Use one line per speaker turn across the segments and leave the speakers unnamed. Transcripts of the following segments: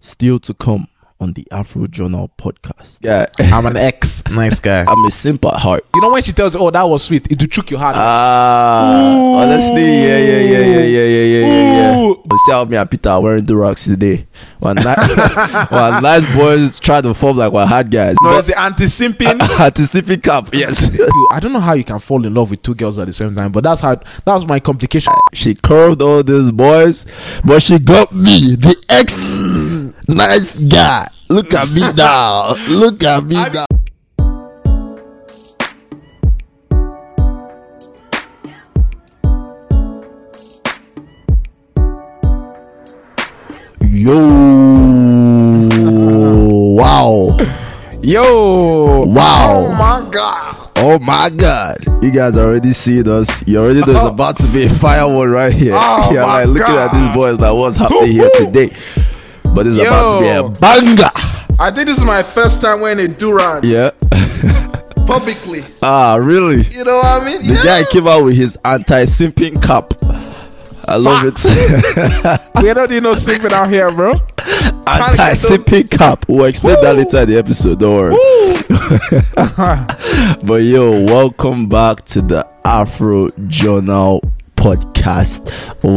still to come on the Afro Journal podcast.
Yeah.
I'm an ex. Nice guy.
I'm a simp at heart.
You know when she tells you, oh, that was sweet, it will choke your heart.
Ah,
Honestly, yeah, yeah, yeah, yeah, yeah, yeah, yeah, yeah, yeah.
Ooh. You see how me and Peter are wearing Durax today. When, ni- when nice boys try to form like we're hard guys.
no, it's the anti-simping.
Anticipic cap, yes.
You- I don't know how you can fall in love with two girls at the same time, but that's how that was my complication.
she curved all these boys, but she got me, the ex nice guy. Look at me now. Look at me now. Yo. Wow.
Yo,
Wow.
Oh my god,
Oh my god. You guys already see us. You already know there's about to be a firework right here.
Uh-huh. Oh
You're
my
like looking at these boys like what's happening here today. But it's about to be a
Yo.
banger.
I think this is my first time wearing a durag
Yeah.
publicly.
ah, really?
You know what I mean?
The guy came out with his anti-simping cap. I love it.
we don't need no sleeping out here, bro.
anti-simping cap. We'll explain that later in the episode. Don't worry. But yo, welcome back to the Afro Journal podcast.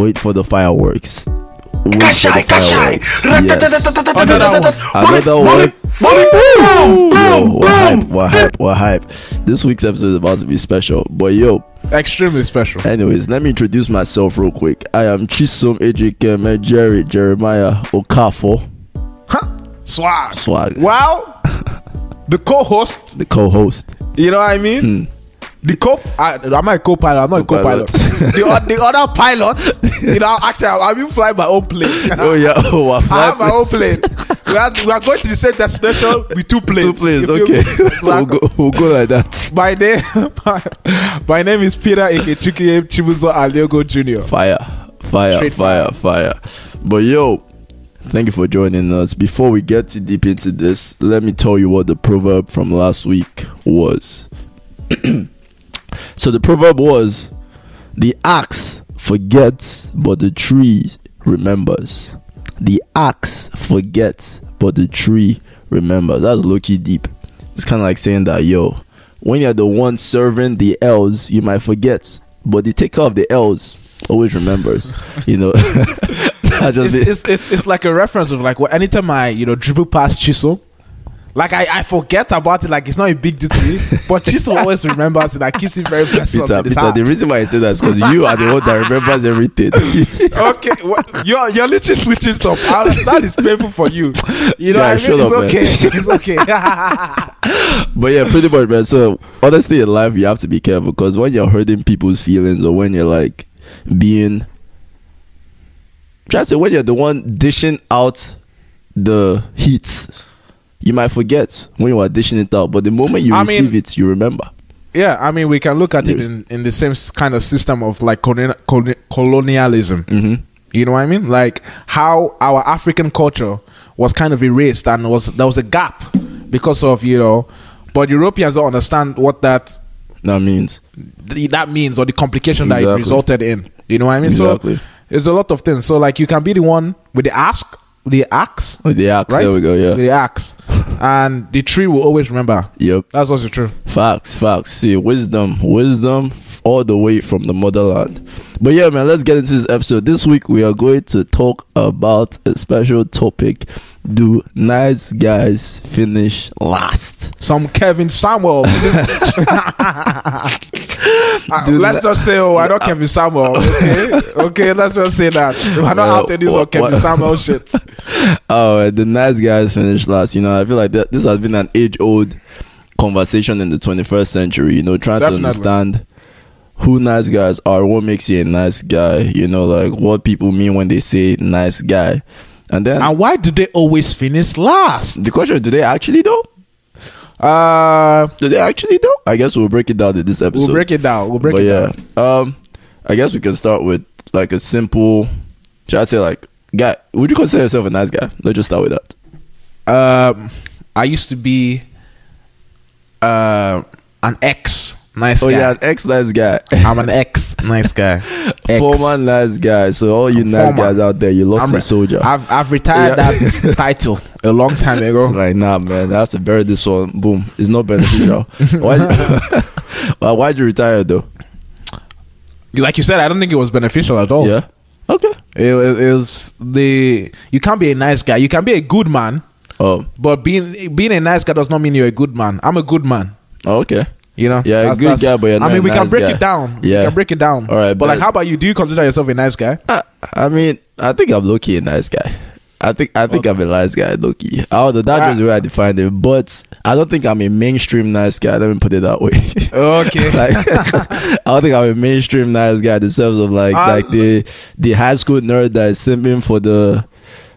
Wait for the fireworks. Wait for the fireworks. Yes. Another one. Yo, what hype, what hype, what hype. This week's episode is about to be special. But yo,
Extremely special.
anyways, let me introduce myself real quick. I am Chisom Ejikeme Jerry Jeremiah Okafo
Swag.
Swag,
Wow. The co-host,
the co-host.
you know what I mean? The co I, am I a co-pilot? I'm not a
Hmm. Co-pilot.
co-pilot. the, o- the other pilot, you know, actually, I- I've been flying my own plane.
Oh yeah, oh, I
I have my own plane. We are, we are going to the same destination with two planes.
Two planes,
If you-
okay. we'll,
Like,
go, we'll go like that.
My name, my, my name is Peter Ikechukwuem Chibuzo Aliogo Jr.
Fire, fire,
Straight
fire, fire, But yo, thank you for joining us. Before we get too deep into this, let me tell you what the proverb from last week was. so the proverb was the axe forgets, but the tree remembers. The axe forgets, but the tree remembers. That's low key deep. It's kind of like saying that, yo, when you're the one serving the L's, you might forget, but the taker of the L's always remembers. You know, That's just
It's,
it.
it's, it's, it's like a reference of like, well, anytime I, you know, dribble past Chiso, like I, I forget about it, like it's not a big deal to me, but Chiso always remembers it, that keeps it very blessed.
Peter, Peter, the reason why I say that is because you are the one that remembers everything.
okay, what, you're you're literally switching stuff. I- That is painful for you. You know,
Yeah,
what I
shut
mean?
up, man.
it's okay. It's okay.
but yeah, pretty much, man. So honestly, in life, you have to be careful because when you're hurting people's feelings or when you're like being, try to say when you're the one dishing out the heats, you might forget when you are dishing it out. But the moment you
I mean-
receive it, you remember.
Yeah, I mean, we can look at it
Yes.
in, in the same s- kind of system of like colon, colon, colonialism.
Mm-hmm.
You know what I mean? Like how our African culture was kind of erased and was there was a gap because of you know, but Europeans don't understand what that
That means
th- that means or the complication that it
Exactly.
resulted in. You know what I mean?
Exactly.
So it's a lot of things. So like you can be the one with the ask, the axe,
oh, the axe.
right?
There we go. Yeah.
With the axe, and the tree will always remember.
Yep.
That's also true.
Facts, facts. See, wisdom, wisdom f- all the way from the motherland. But yeah, man, let's get into this episode. This week we are going to talk about a special topic. Do nice guys finish last?
some Kevin Samuel. Uh,
Dude,
let's just say, oh, I know Kevin Samuel. Okay, okay, let's just say that. I know
Well,
how to do some
what-
Kevin
what-
Samuel shit.
Oh, uh, the nice guys finish last. You know, I feel like that this has been an age old conversation in the 21st century. You know, trying
Definitely.
to understand who nice guys are, what makes you a nice guy. You know, like what people mean when they say nice guy. And then
And why do they always finish last?
the question: Do they actually though?
Uh,
Do they actually though? I guess we'll break it down in this episode.
we'll break it down. We'll break
but
it
yeah,
down.
um, I guess we can start with like a simple. Should I say like guy? Would you consider yourself a nice guy? Let's just start with that.
Um, I used to be uh, an ex Nice
Oh
guy.
yeah, an ex nice guy.
I'm an ex nice guy. Ex.
Former nice guy. So all you nice
Former.
guys out there, you lost
I'm
the
re-
soldier.
I've I've retired
Yeah.
that title a long time
It's
ago.
like nah, man. I have to bury this one. Boom. It's not beneficial. why? Why- why'd you retire though?
Like you said, I don't think it was beneficial at all.
Yeah. Oh. Okay.
It, wa- it was the you can't be a nice guy. You can be a good man,
Oh.
but being being a nice guy does not mean you're a good man. I'm a good man.
Okay.
You know,
Yeah, a good guy, but you're
I
not
mean,
a
we can
nice
break
guy.
it down.
Yeah.
we can break it down.
All right,
but like,
but-
how about you? Do you consider yourself a nice guy?
I, I mean, I think I'm low key a nice guy. I think I think I'm a nice guy, low key. Although that was the way I defined it, but I don't think I'm a mainstream nice guy. Let me put it that way.
Okay,
like, I don't think I'm a mainstream nice guy in the sense of like
Uh,
like the the high school nerd that is simping for the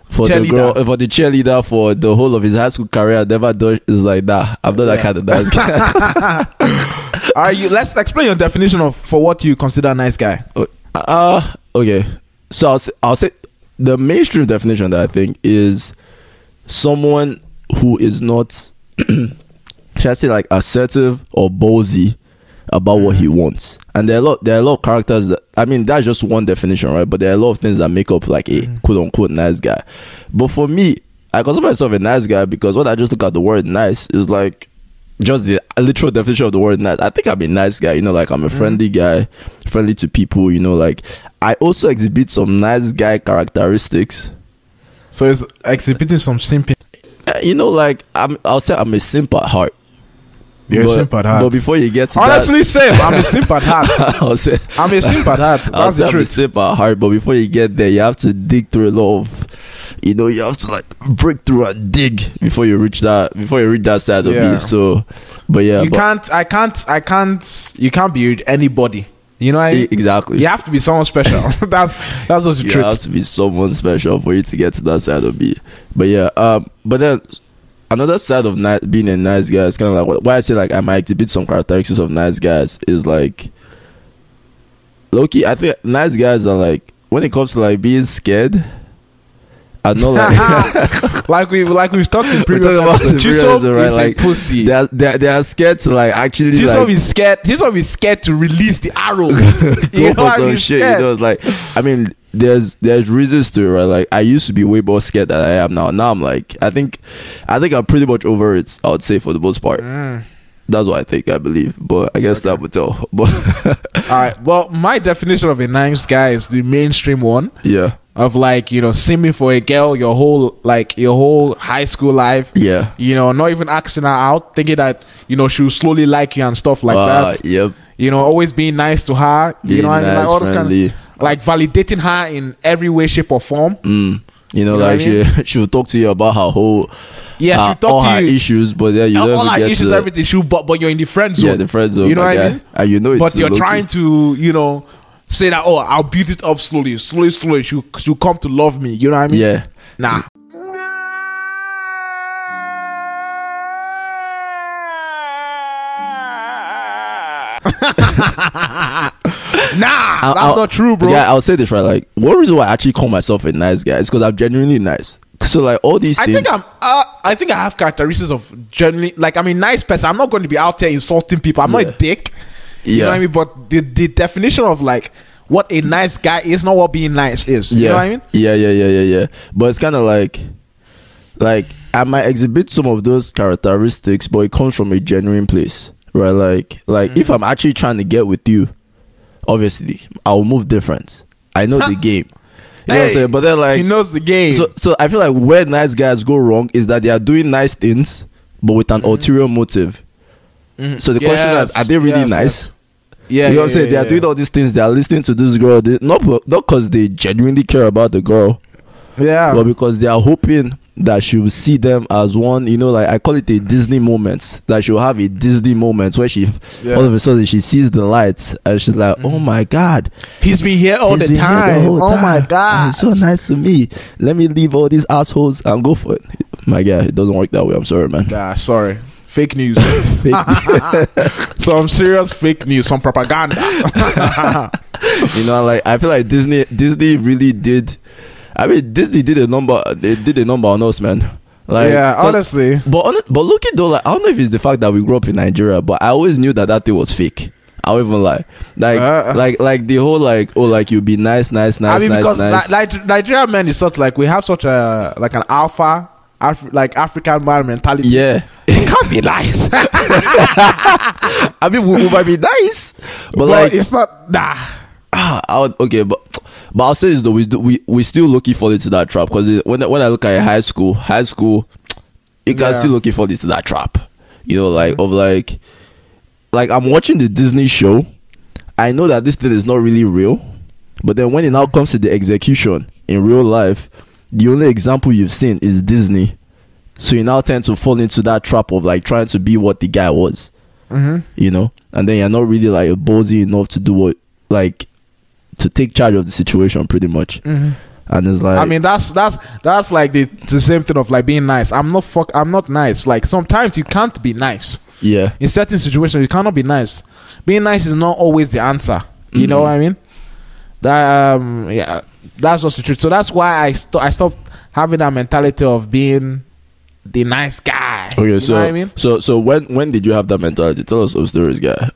for the
Cheerleader.
girl uh, for the cheerleader for the whole of his high school career. Never does is like nah. I'm not that kind of nice guy.
are you? Let's explain your definition of for what you consider a nice guy.
Uh okay. So I'll say, I'll say the mainstream definition that I think is someone who is not should I say like assertive or ballsy about what he wants. And there are a lot there are a lot of characters that I mean that's just one definition, right? But there are a lot of things that make up like a quote unquote nice guy. But for me, I consider myself a nice guy because when I just look at the word nice is like just the literal definition of the word nice. I think I'm a nice guy, you know, like
Mm.
I'm a friendly guy, friendly to people, you know, like I also exhibit some nice guy characteristics.
So it's exhibiting some simping.
Uh, you know, like I'm, I'll say I'm a simp at heart.
You're a
but,
simp at heart.
But before you get to
Honestly, same. I'm a simp at heart.
that, I'll say
I'm a simp at heart.
I'll
That's
say I'm
the
a
truth.
simp at heart. But before you get there, you have to dig through a lot of, you know, you have to like break through and dig before you reach that before you reach that side
Yeah.
of me. So, but yeah,
you
but,
can't. I can't. I can't. You can't be anybody. You know. What I
e-
mean?
exactly.
You have to be someone special. that's that's just the
you
truth.
have to be someone special for you to get to that side of me. But yeah, um, but then another side of ni- being a nice guy is kind of like why I say like I might exhibit some characteristics of nice guys is like Loki. I think nice guys are like when it comes to like being scared. I know like
like we like we've talked in previous
talking about the
episodes.
previous
Chisom
episode, right?
is
Like,
a pussy.
they are, they are, they are scared to like actually
Chisom
like
is scared. Chisom is scared to release the arrow.
go
you know,
for
what I
some
mean?
shit.
Scared.
You know, it's like I mean, there's there's reasons to it, right? Like I used to be way more scared than I am now. Now I'm like, I think, I think I'm pretty much over it. I would say for the most part,
Mm.
that's what I think. I believe, but I guess that would tell. But
All right. Well, my definition of a nice guy is the mainstream one
yeah,
of like you know singing for a girl your whole like your whole high school life.
yeah,
You know, not even asking her out, thinking that you know she'll slowly like you and stuff like
Uh,
that.
Yep,
You know, always being nice to her. you
Being
know, what I mean? like
nice,
all this kind
friendly.
of like validating her in every way, shape, or form.
Mm. You know,
You know
like
what I
she she'll talk to you about her whole
Yeah,
her-
she'll talk
all
to
her
you.
issues, but then you
all,
don't
all
even
our
get
issues,
to
everything. Shoot, but but you're in the friend zone.
yeah the friend zone.
You know
my
what
guy.
I mean?
and you know it's
But you're
low-key.
trying to, you know, say that oh, I'll build it up slowly, slowly, slowly. She she'll come to love me. You know what I mean?
yeah.
Nah. nah,
I'll-
that's
I'll-
not true, bro.
Yeah, I'll say this right. Like, one reason why I actually call myself a nice guy is because I'm genuinely nice. So like all these
I
things.
think I'm. Uh, I think I have characteristics of generally, like I'm a nice person. I'm not going to be out there insulting people. I'm
Yeah.
not a dick. You
Yeah.
know what I mean? But the the definition of like what a nice guy is, not what being nice is.
yeah,
You know what I mean?
yeah, yeah, yeah, yeah, yeah. But it's kind of like, like I might exhibit some of those characteristics, but it comes from a genuine place, right? Like, like
Mm-hmm.
if I'm actually trying to get with you, obviously I'll move different. I know the game. You know what I'm
Hey,
saying? But then like
he knows the game.
So, so I feel like where nice guys go wrong is that they are doing nice things, but with
Mm-hmm.
an ulterior motive. So the question
Yes,
is, are they really
yes,
nice? you
yeah,
know
yeah,
what I'm saying?
yeah,
they are doing all these things. They are listening to this girl, they, not not because they genuinely care about the girl,
yeah.
but because they are hoping that she will see them as one. You know, like I call it a Disney moment. That she'll have a Disney moment where she,
Yeah.
all of a sudden, she sees the lights and she's like, "Oh my god,
He's been here all
He's
the
been here
time.
whole
oh my
time. And
god.
He's so nice to me. Let me leave all these assholes and go for it. My guy, it doesn't work that way. I'm sorry, man.
Nah, sorry. Fake news.
Fake-
some serious fake news. Some propaganda.
you know, like I feel like Disney, Disney really did. I mean, Disney did a number. They did a number on us, man. Like,
yeah,
but-
honestly.
But honest, but look at though, like I don't know if it's the fact that we grew up in Nigeria, but I always knew that that thing was fake. I won't even lie. Like,
Uh-uh.
like, like the whole like, oh, like you be nice, nice, nice,
I mean,
nice,
because
nice.
Ni- Niger- Nigerian men is such like we have such a like an alpha, Af- like African man mentality.
yeah,
it can't be nice. but
I mean, we, we might be nice, but
like,
like,
it's not nah.
ah, I would, okay, but but I'll say this though, we do, we we still lucky fall into that trap because when when I look at high school, high school, you can
Yeah.
still looking fall into that trap, you know, like of like, like I'm watching the Disney show, I know that this thing is not really real, but then when it now comes to the execution in real life, the only example you've seen is Disney. So you now tend to fall into that trap of like trying to be what the guy was
Mm-hmm.
you know, and then you're not really like ballsy enough to do what, like, to take charge of the situation, pretty much. And it's like,
Mm-hmm. I mean, that's that's that's like the, the same thing of like being nice. I'm not fuck. I'm not nice. Like sometimes you can't be nice
yeah,
in certain situations. You cannot be nice. Being nice is not always the answer. You
Mm-hmm.
know what I mean? That um, yeah, that's just the truth. So that's why I st- I stopped having that mentality of being the nice guy.
okay.
you
so,
know what I mean.
so, so when when did you have that mentality? Tell us some stories, guy.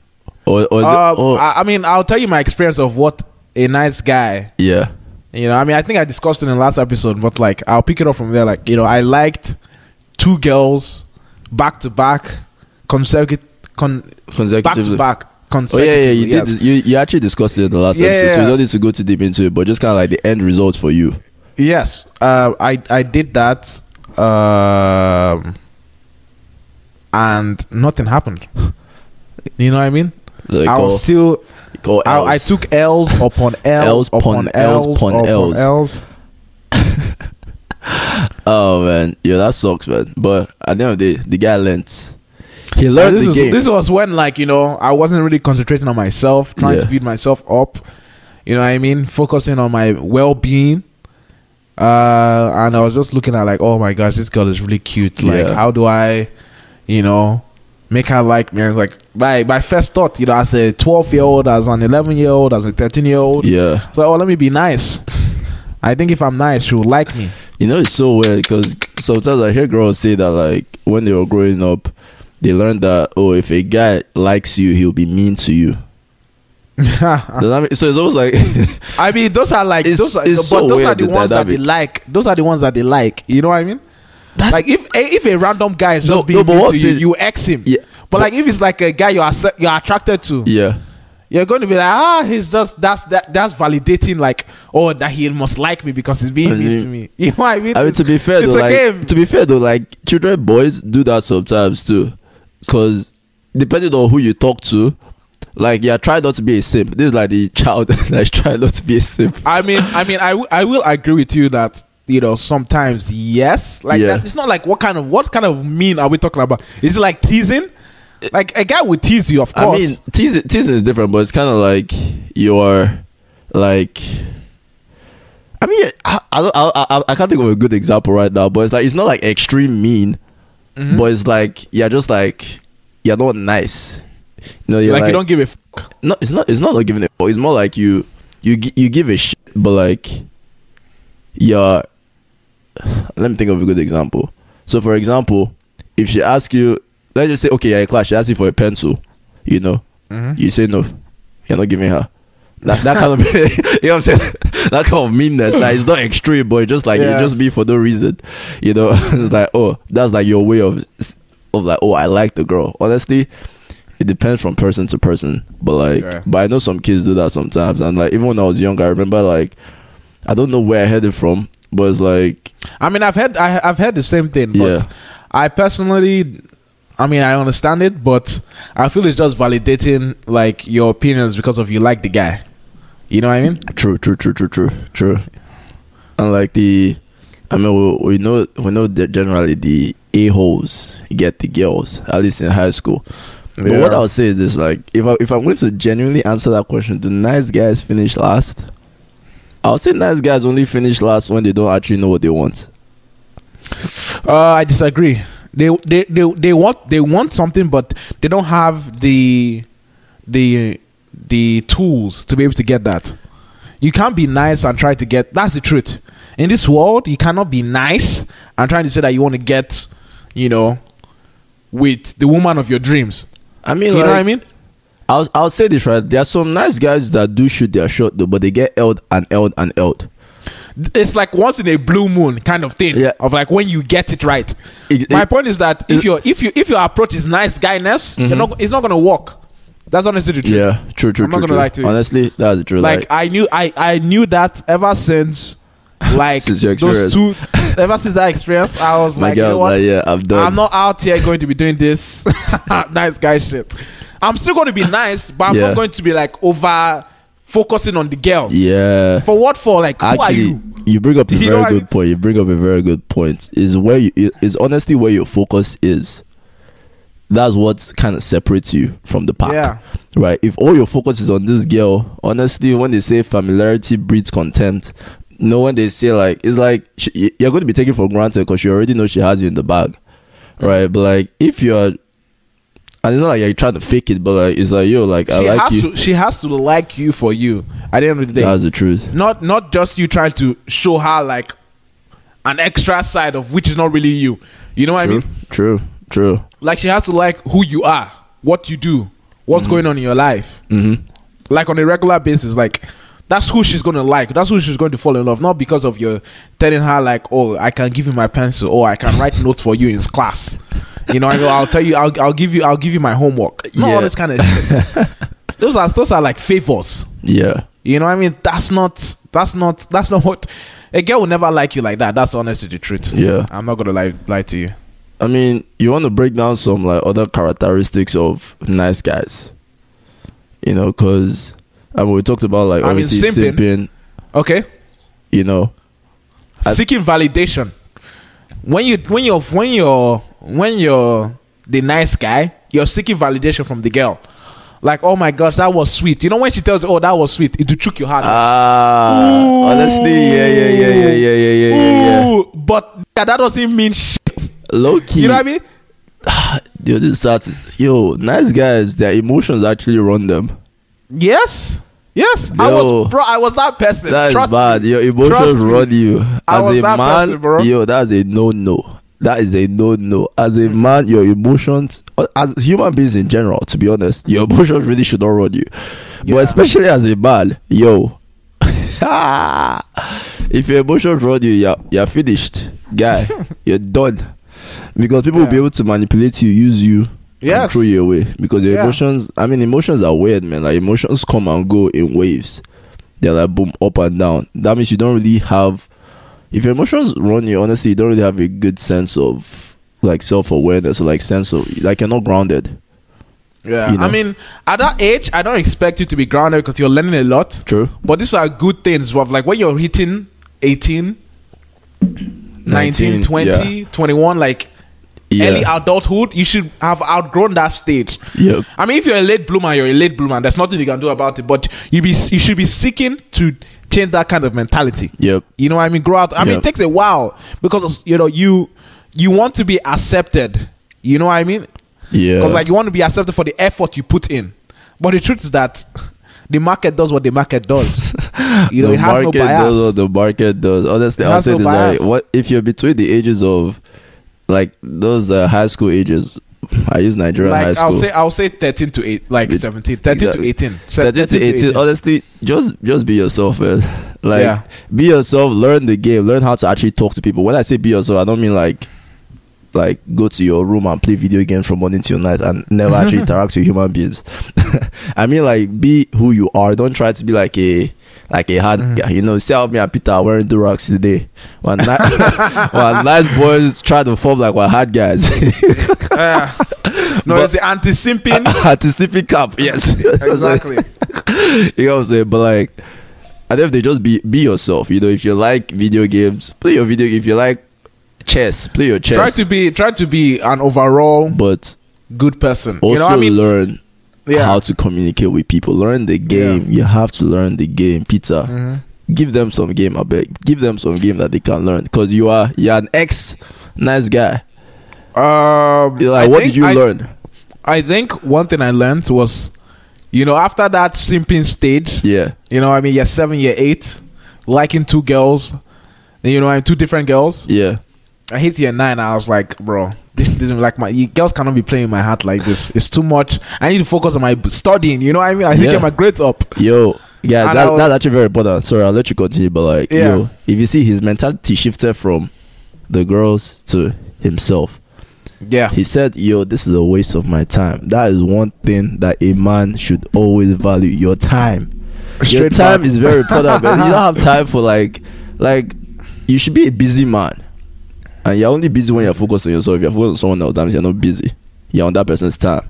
Or, or is
Um,
it, oh,
I, I mean, I'll tell you my experience of what a nice guy.
yeah,
You know, I mean, I think I discussed it in the last episode, but like, I'll pick it up from there. Like, you know, I liked two girls back to back, consecutive, con- back to
consecutively.
back,
Oh yeah,
consecutively.
yeah, you
yes.
did. You, you actually discussed it in the last
Yeah,
episode, so you
yeah.
don't need to go too deep into it. But just kind of like the end result for you.
Yes, uh, I I did that, um, and nothing happened. You know what I mean?
Like,
I
call-
was still
call L's.
I, I took L's upon
L's
L's,
upon
upon
L's
L's,
upon
upon
L's.
L's.
Oh man, yeah, that sucks, man. But at the end of the day, the guy learnt. He learned
this,
the
was,
game.
this was when, like, you know, I wasn't really concentrating on myself, trying to
Yeah.
build myself up. You know what I mean? Focusing on my well being. Uh, and I was just looking at, like, oh my gosh, this girl is really cute. Like,
Yeah.
how do I, you know, make her like me? And like, my, my first thought, you know, as a 12 year old, as an 11 year old, as a 13 year old.
yeah.
So, oh, let me be nice. I think if I'm nice, she'll like me.
You know, it's so weird because sometimes I hear girls say that, like, when they were growing up, they learned that, oh, if a guy likes you, he'll be mean to you. Does that make- so it's always like,
I mean, those are like
It's-
those are,
it's
but
so
those are
weird,
the
the
ones that they
dynamic.
like. Those are the ones that they like. You know what I mean?
That's-
like if a- if a random guy is just
No,
being
no, but
mean
what
to
I'm
you,
saying-
you ex him.
Yeah,
but, like if it's like a guy you're accept- you're attracted to,
yeah,
you're going to be like, ah, he's just that's that that's validating like oh that he must like me because he's being
I
mean
mean-
to me. You know what I mean?
I mean,
It's-
to be fair,
it's
though,
a
like,
game.
to be fair though, like children, boys do that sometimes too, because depending on who you talk to, like, yeah, try not to be a simp. This is like the child that's trying not to be a simp.
I mean, I mean, I, w- I will agree with you that you know sometimes yes, like
Yeah.
that, it's not like what kind of what kind of mean are we talking about? Is it like teasing? Like a guy will tease you, of
I
course.
mean, teasing, teasing is different, but it's kind of like you're like. I mean, I, I, don't- I, I, I can't think of a good example right now, but it's like it's not like extreme mean,
Mm-hmm.
but it's like you're just like you're not nice. You know, you're
like,
like,
you don't give a f-
No, it's not. It's not like giving it. It's more like you, you, gi- you give a shit, but like, you're. Let me think of a good example. So, for example, if she asks you, let's just say, okay, you're in class. She asks you for a pencil. You know, you say no. You're not giving her. That, that kind of you know what I'm saying. That kind of meanness. Like it's not extreme, but it's just like
Yeah.
it just be for no reason. You know, it's like oh, that's like your way of of like oh, I like the girl. Honestly, it depends from person to person. But like,
Yeah.
but I know some kids do that sometimes. And like even when I was young, I remember like I don't know where I heard it from, but it's like
I mean, I've had I, I've had the same thing, but
Yeah.
I personally, I mean, I understand it, but I feel it's just validating like your opinions because of you like the guy. You know what I mean?
True, true, true, true, true, true. And like the, I mean, we, we know we know that generally the a holes get the girls, at least in high school. But what
Yeah.
I'll say is this: like, if I if I'm going to genuinely answer that question, do nice guys finish last? I'll say nice guys only finish last when they don't actually know what they want.
Uh, I disagree. They, they they they want they want something, but they don't have the the the tools to be able to get that. You can't be nice and try to get. That's the truth. In this world, you cannot be nice and trying to say that you want to get, you know, with the woman of your dreams.
I
You
mean,
know
like,
what I mean?
I'll I'll say this right. There are some nice guys that do shoot their shot though, but they get held and held and held.
It's like once in a blue moon kind of thing.
Yeah.
Of like when you get it right.
It-
My
it- Mm-hmm.
point is that if your if you if your approach is nice guyness, you're not, it's not gonna work. That's honestly the truth.
Yeah, true, true,
I'm not
true.
gonna
true.
lie to you.
Honestly, that's the truth.
like,
Like,
I knew I I knew that ever since like
Since your
those two ever since that experience I was
my
like you
girl,
know what
like, yeah, I've done.
I'm not out here going to be doing this nice guy shit. I'm still going to be nice, but I'm
Yeah.
not going to be like over focusing on the girl.
Yeah.
For what for? Like, who are
Actually,
you?
bring up a
You know
very
what I
good
mean?
point. You bring up a very good point. Is where you is honestly where your focus is. That's what kind of separates you from the pack,
Yeah.
right? If all your focus is on this girl, honestly, when they say familiarity breeds contempt, no, when they say like it's like sh- y- you're going to be taken for granted because you already know she has you in the bag, right? But like if you're, I don't know, like you're trying to fake it, but like it's like yo, like I
she
like
has
you.
to. She has to like you for you. At the end of the day,
That's the truth.
not not just you trying to show her like an extra side of which is not really you. You know what I
True.
mean?
True. True.
Like she has to like who you are, what you do,
Mm.
what's going on in your life.
hmm
like on a regular basis like that's who she's gonna like that's who she's going to fall in love not because of your telling her like oh i can give you my pencil or i can write notes for you in class you know I know, i'll tell you I'll, I'll give you i'll give you my homework not
Yeah.
all this kind of shit. those are those are like favors
Yeah.
you know what i mean that's not that's not that's not what a girl will never like you like that that's honestly the truth
Yeah.
i'm not gonna lie lie to you
I mean, you want to break down some like other characteristics of nice guys, you know, because I mean, we talked about like
I mean,
obviously
simping.
simping,
okay
you know, I-
seeking validation. When you when you're when you're when you're the nice guy, you're seeking validation from the girl. Like, oh my gosh, that was sweet. You know when she tells you, oh that was sweet, it will choke your heart. out.
ah,
Honestly, yeah, yeah, yeah, yeah, yeah, yeah, yeah, yeah, yeah.
Ooh, but that that doesn't mean shit.
low key,
You know what I mean?
Yo, this starts, yo, nice guys, their emotions actually run them.
Yes, yes. I
Yo.
was bro. I was that person.
That is
Trust
bad.
me.
Your emotions
Trust me.
run you.
I
As
was
a
that
man,
person, bro.
yo, that's a no no. That is a no no. As a man, your emotions, uh, as human beings in general, to be honest, your emotions really should not run you.
Yeah.
But especially as a man, yo, if your emotions run you, you're, you're finished, guy. you're done. Because people will be
Yeah.
able to manipulate you, use you, and
Yes.
throw you away. Because your
Yeah.
emotions, I mean, emotions are weird, man. Like, emotions come and go in waves they're like boom up and down that means you don't really have if your emotions run you honestly you don't really have a good sense of like self-awareness or like sense of like you're not grounded
Yeah.
you know.
I mean, at that age, I don't expect you to be grounded because you're learning a lot.
true
But these are good things, bruv. Like when you're hitting 18, 19, 20, 21, like
yeah
early adulthood, you should have outgrown that stage.
yeah
I mean, if you're a late bloomer, you're a late bloomer. There's nothing you can do about it. But you be you should be seeking to change that kind of mentality.
yep
You know what I mean? Grow out. I mean,
Yeah.
it takes a while because you know you you want to be accepted. You know what I mean?
yeah
Because like you want to be accepted for the effort you put in. But the truth is that the market does what the market does. You know,
the
it has no
market does
bias.
what the market does honestly
It
i'll
has
say
no
this
bias.
like what if you're between the ages of like those uh, high school ages i use nigerian high
Like
school
I'll say, I'll say thirteen to eight, like
It-
17, 13
exactly.
to eighteen, Se-
13 to 18 honestly just just be yourself man like
Yeah.
be yourself learn the game learn how to actually talk to people when i say be yourself i don't mean like like go to your room and play video games from morning till night and never actually interact with human beings i mean like be who you are don't try to be like a like a hard
Mhm.
guy you know see how me and peter are wearing durags today when, ni- when nice boys try to form like we're hard guys
Yeah. no,
uh, But-
it's the anti-simping.
anticipating cup yes
exactly.
you know what I'm saying? But like, I think they just be be yourself. You know, if you like video games, play your video. game. If you like chess, play your chess.
Try to be, try to be an overall
but
good person.
also
you know what I mean?
learn
Yeah.
how to communicate with people. Learn the game. You have to learn the game, Peter.
Mhm.
Give them some game. I beg. Give them some game that they can learn. Cause you are you're an ex nice guy.
Um,
You're like,
I
what
think
did you
I-
learn?
I think one thing I learned was, you know, after that simping stage,
Yeah,
you know, what I mean, you're seven, you're eight, liking two girls, you know, I'm two different girls.
yeah.
I hit year nine. I was like, bro, this isn't like my you girls cannot be playing in my heart like this. It's too much. I need to focus on my b- studying. You know what I mean? I need to
Yeah.
get my grades up.
Yo, yeah,
And I
that,
was-
that's actually very important. Sorry, I'll let you continue, but like,
Yeah.
yo, if you see his mentality shifted from the girls to himself,
Yeah,
he said, Yo, this is a waste of my time. That is one thing that a man should always value your time. your
Straight
time
back.
is very important, but you don't have time for like, like, you should be a busy man. And you're only busy when you're focused on yourself. If you're focused on someone else, that means you're not busy. You're on that person's time.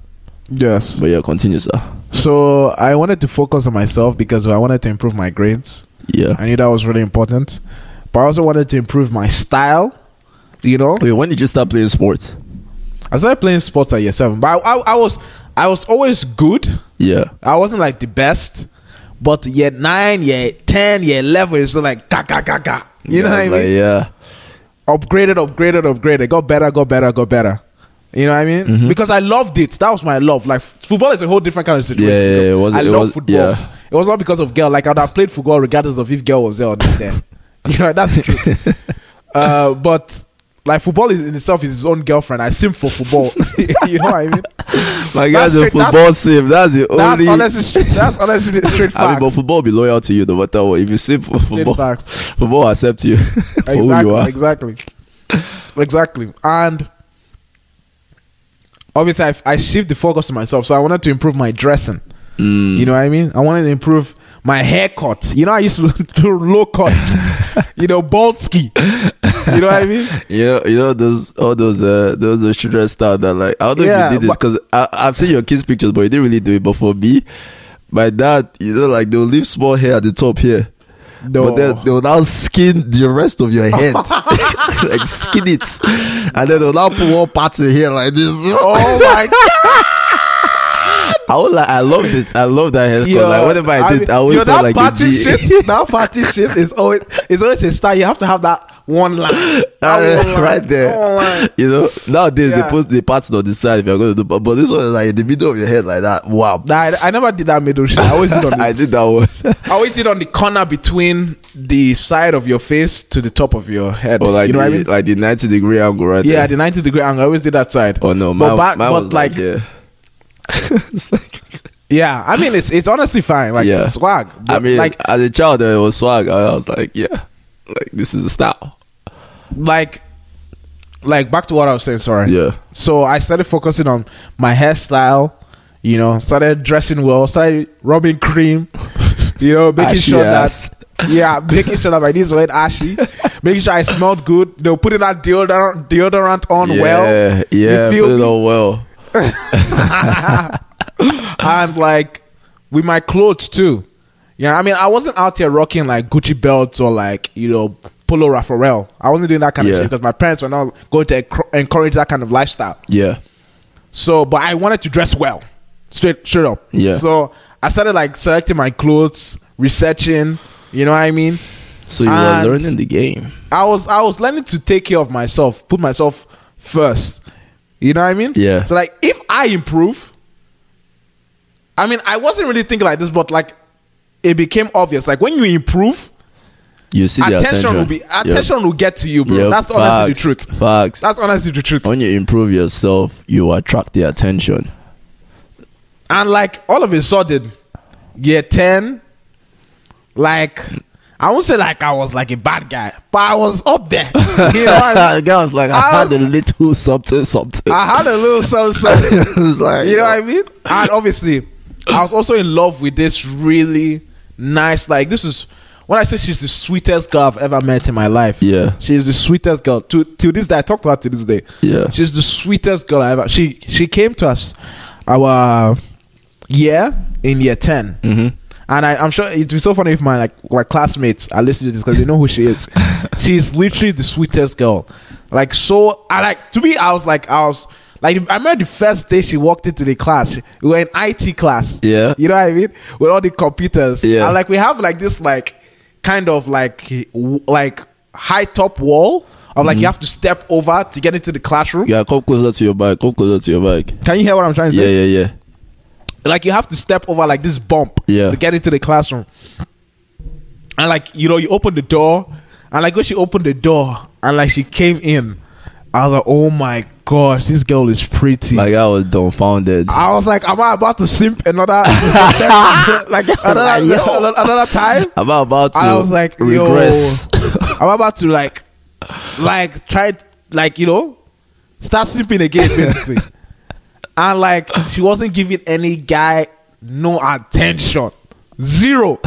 Yes.
But yeah, continue, sir.
So I wanted to focus on myself because I wanted to improve my grades.
Yeah.
I knew that was really important. But I also wanted to improve my style. You know,
Wait, when did you start playing sports?
I started playing sports at year seven, but I, I, I was I was always good.
Yeah.
I wasn't like the best, but year nine, year ten, year eleven, it's like ka ka ka ka. You know
Yeah,
what I mean?
like, Yeah.
upgraded, upgraded, upgraded, got better, got better, got better. You know what I mean?
Mm-hmm.
Because I loved it. That was my love. Like football is a whole different kind of situation.
Yeah, yeah, yeah.
because
It was-
I
it
love
was-
football.
yeah.
It was not because of girl. Like I'd have played football regardless of if girl was there or not there. you know that's the truth. uh, but like football is in itself is his own girlfriend. I simp for football. you know what I mean?
My
That's
guys, a
straight-
football sim. That's the
That's
only.
honestly, that's honestly the straight
I mean,
fact.
but football be loyal to you no matter what. If you sim for
straight
football,
fact.
football will accept you for who you are.
exactly, exactly, exactly. And obviously, I, I shift the focus to myself. So I wanted to improve my dressing.
Mm.
You know what I mean? I wanted to improve my haircut. You know, I used to do low cut. you know, bald ski. You know what I mean?
You know, you know those all those uh, those uh, children style that like I don't know
Yeah,
if you did this
but-
because I've seen your kids pictures, but you didn't really do it. But for me, my dad, you know, like they'll leave small hair at the top here,
No.
but then they'll now skin the rest of your head, like skin it, and then they'll now put one part in here like this.
oh my god!
I was like, I love this. I love that haircut.
yo,
like whatever I, did,
mean,
I always
yo,
felt
that
like a
party
G.
shit. That party shit is always is always a style. You have to have that one line. That one line, Oh
right
that one line.
there. You know, nowadays
Yeah.
they put the parts on the side if you're going to do, but, but this one is like in the middle of your head like that. Wow.
Nah, I, I never did that middle shit. I always did on the
I did that one.
I always did on the corner between the side of your face to the top of your head.
or Oh, like,
you know
the,
what I mean?
like the 90 degree angle right
Yeah,
there.
the 90 degree angle. I always did that side.
Oh no,
but
mine,
back,
mine
but
was
like,
like, yeah. It's like-
yeah. I mean, it's it's honestly fine. Like
Yeah.
it's swag.
I
But,
mean,
like
as a child, it was swag. I was like, yeah, like this is a style.
like like back to what I was saying. Sorry.
Yeah.
So I started focusing on my hairstyle. You know, started dressing well. Started rubbing cream. You know, making
Ashy
sure
ass.
that yeah, making sure that my knees weren't ashy. making sure I smelled good. They were putting that deodorant deodorant on
yeah,
well.
yeah,
feel
put it
me?
on well.
and like with my clothes too. Yeah, I mean, I wasn't out here rocking like Gucci belts or like you know Polo Raffarello. I wasn't doing that kind
Yeah.
of shit because my parents were not going to enc- encourage that kind of lifestyle.
Yeah,
So, but I wanted to dress well, straight straight up.
Yeah.
So I started like selecting my clothes, researching. You know what I mean?
so you
And-
were learning the game.
I was I was learning to take care of myself, put myself first. You know what I mean?
Yeah.
So like if I improve, I mean I wasn't really thinking like this, but like it became obvious. Like when you improve,
You see the
attention,
attention
will be
Yep.
attention will get to you, bro.
Yep,
That's honestly the
facts,
truth.
Facts.
That's honestly the truth.
when you improve yourself, you attract the attention.
And like all of a sudden, year ten, like I won't say like I was like a bad guy, but I was up there. You know what I mean?
Girls like
I
I had a little something, something.
I had a little something. something.
it was like
You know what I mean? And obviously, I was also in love with this really nice, like this is when I say she's the sweetest girl I've ever met in my life.
Yeah.
She's the sweetest girl. To till this day, I talk to her to this day.
Yeah.
She's the sweetest girl I ever she she came to us our year in year 10
Mhm.
And I, I'm sure it'd be so funny if my like like classmates are listening to this because they know who she is. She's literally the sweetest girl. Like so, I like to me. I was like, I was like, I remember the first day she walked into the class. We were in IT class.
Yeah.
you know what I mean. With all the computers.
Yeah.
and like we have like this like kind of like w- like high top wall of
Mm-hmm.
like you have to step over to get into the classroom.
Yeah, come closer to your bike. Come closer to your bike.
Can you hear what I'm trying to
Yeah,
say?
yeah, yeah.
like you have to step over like this bump
Yeah.
to get into the classroom. And like you know, you open the door, and like when she opened the door, and like she came in, I was like, oh my gosh, this girl is pretty.
Like I was dumbfounded.
I was like, am I about to simp another like another,
yo.
another time?
I'm about to.
I was like, yo,
regress.
I'm about to like, like try, like you know, start sleeping again, basically. and like, she wasn't giving any guy no attention, zero.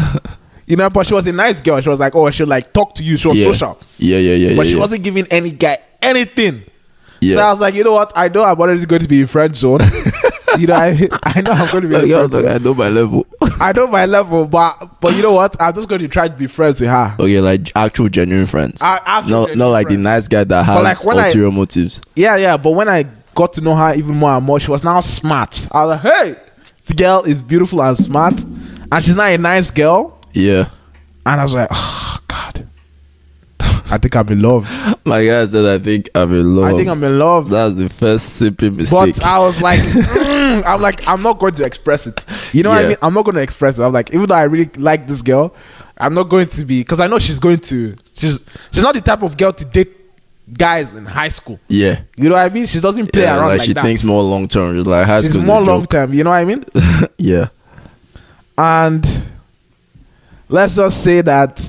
You know, but she was a nice girl. She was like, oh, she like talk to you. She was
yeah.
social,
Yeah, yeah, yeah.
but
yeah,
she
yeah.
wasn't giving any guy anything.
Yeah.
So I was like, you know what? I know I'm already going to be in friend zone. you know, I, I know I'm going to be in
Like,
friend
yo,
zone.
look, I know my level.
I know my level, but but you know what? I'm just going to try to be friends with her.
okay, like actual genuine friends.
Uh, actual
no,
genuine
not like the
friends.
nice guy that
But,
has
like, when I-
ulterior motives.
Yeah, yeah. But when I got to know her even more and more, she was now smart. I was like, hey, the girl is beautiful and smart, and she's not a nice girl.
Yeah.
And I was like, oh God, I think I'm in love.
Like I said, I think I'm in love.
I think I'm in love.
That's the first sipping mistake.
But I was like, mm, I'm like, I'm not going to express it. You know what
Yeah.
I mean? I'm not going to express it. I'm like, even though I really like this girl, I'm not going to be because I know she's going to. She's she's not the type of girl to date guys in high school.
yeah.
You know what I mean? She doesn't play
Yeah,
around
like,
like
she
that.
thinks more long term. She's like high
it's
school.
more long term. You know what I mean?
yeah.
and let's just say that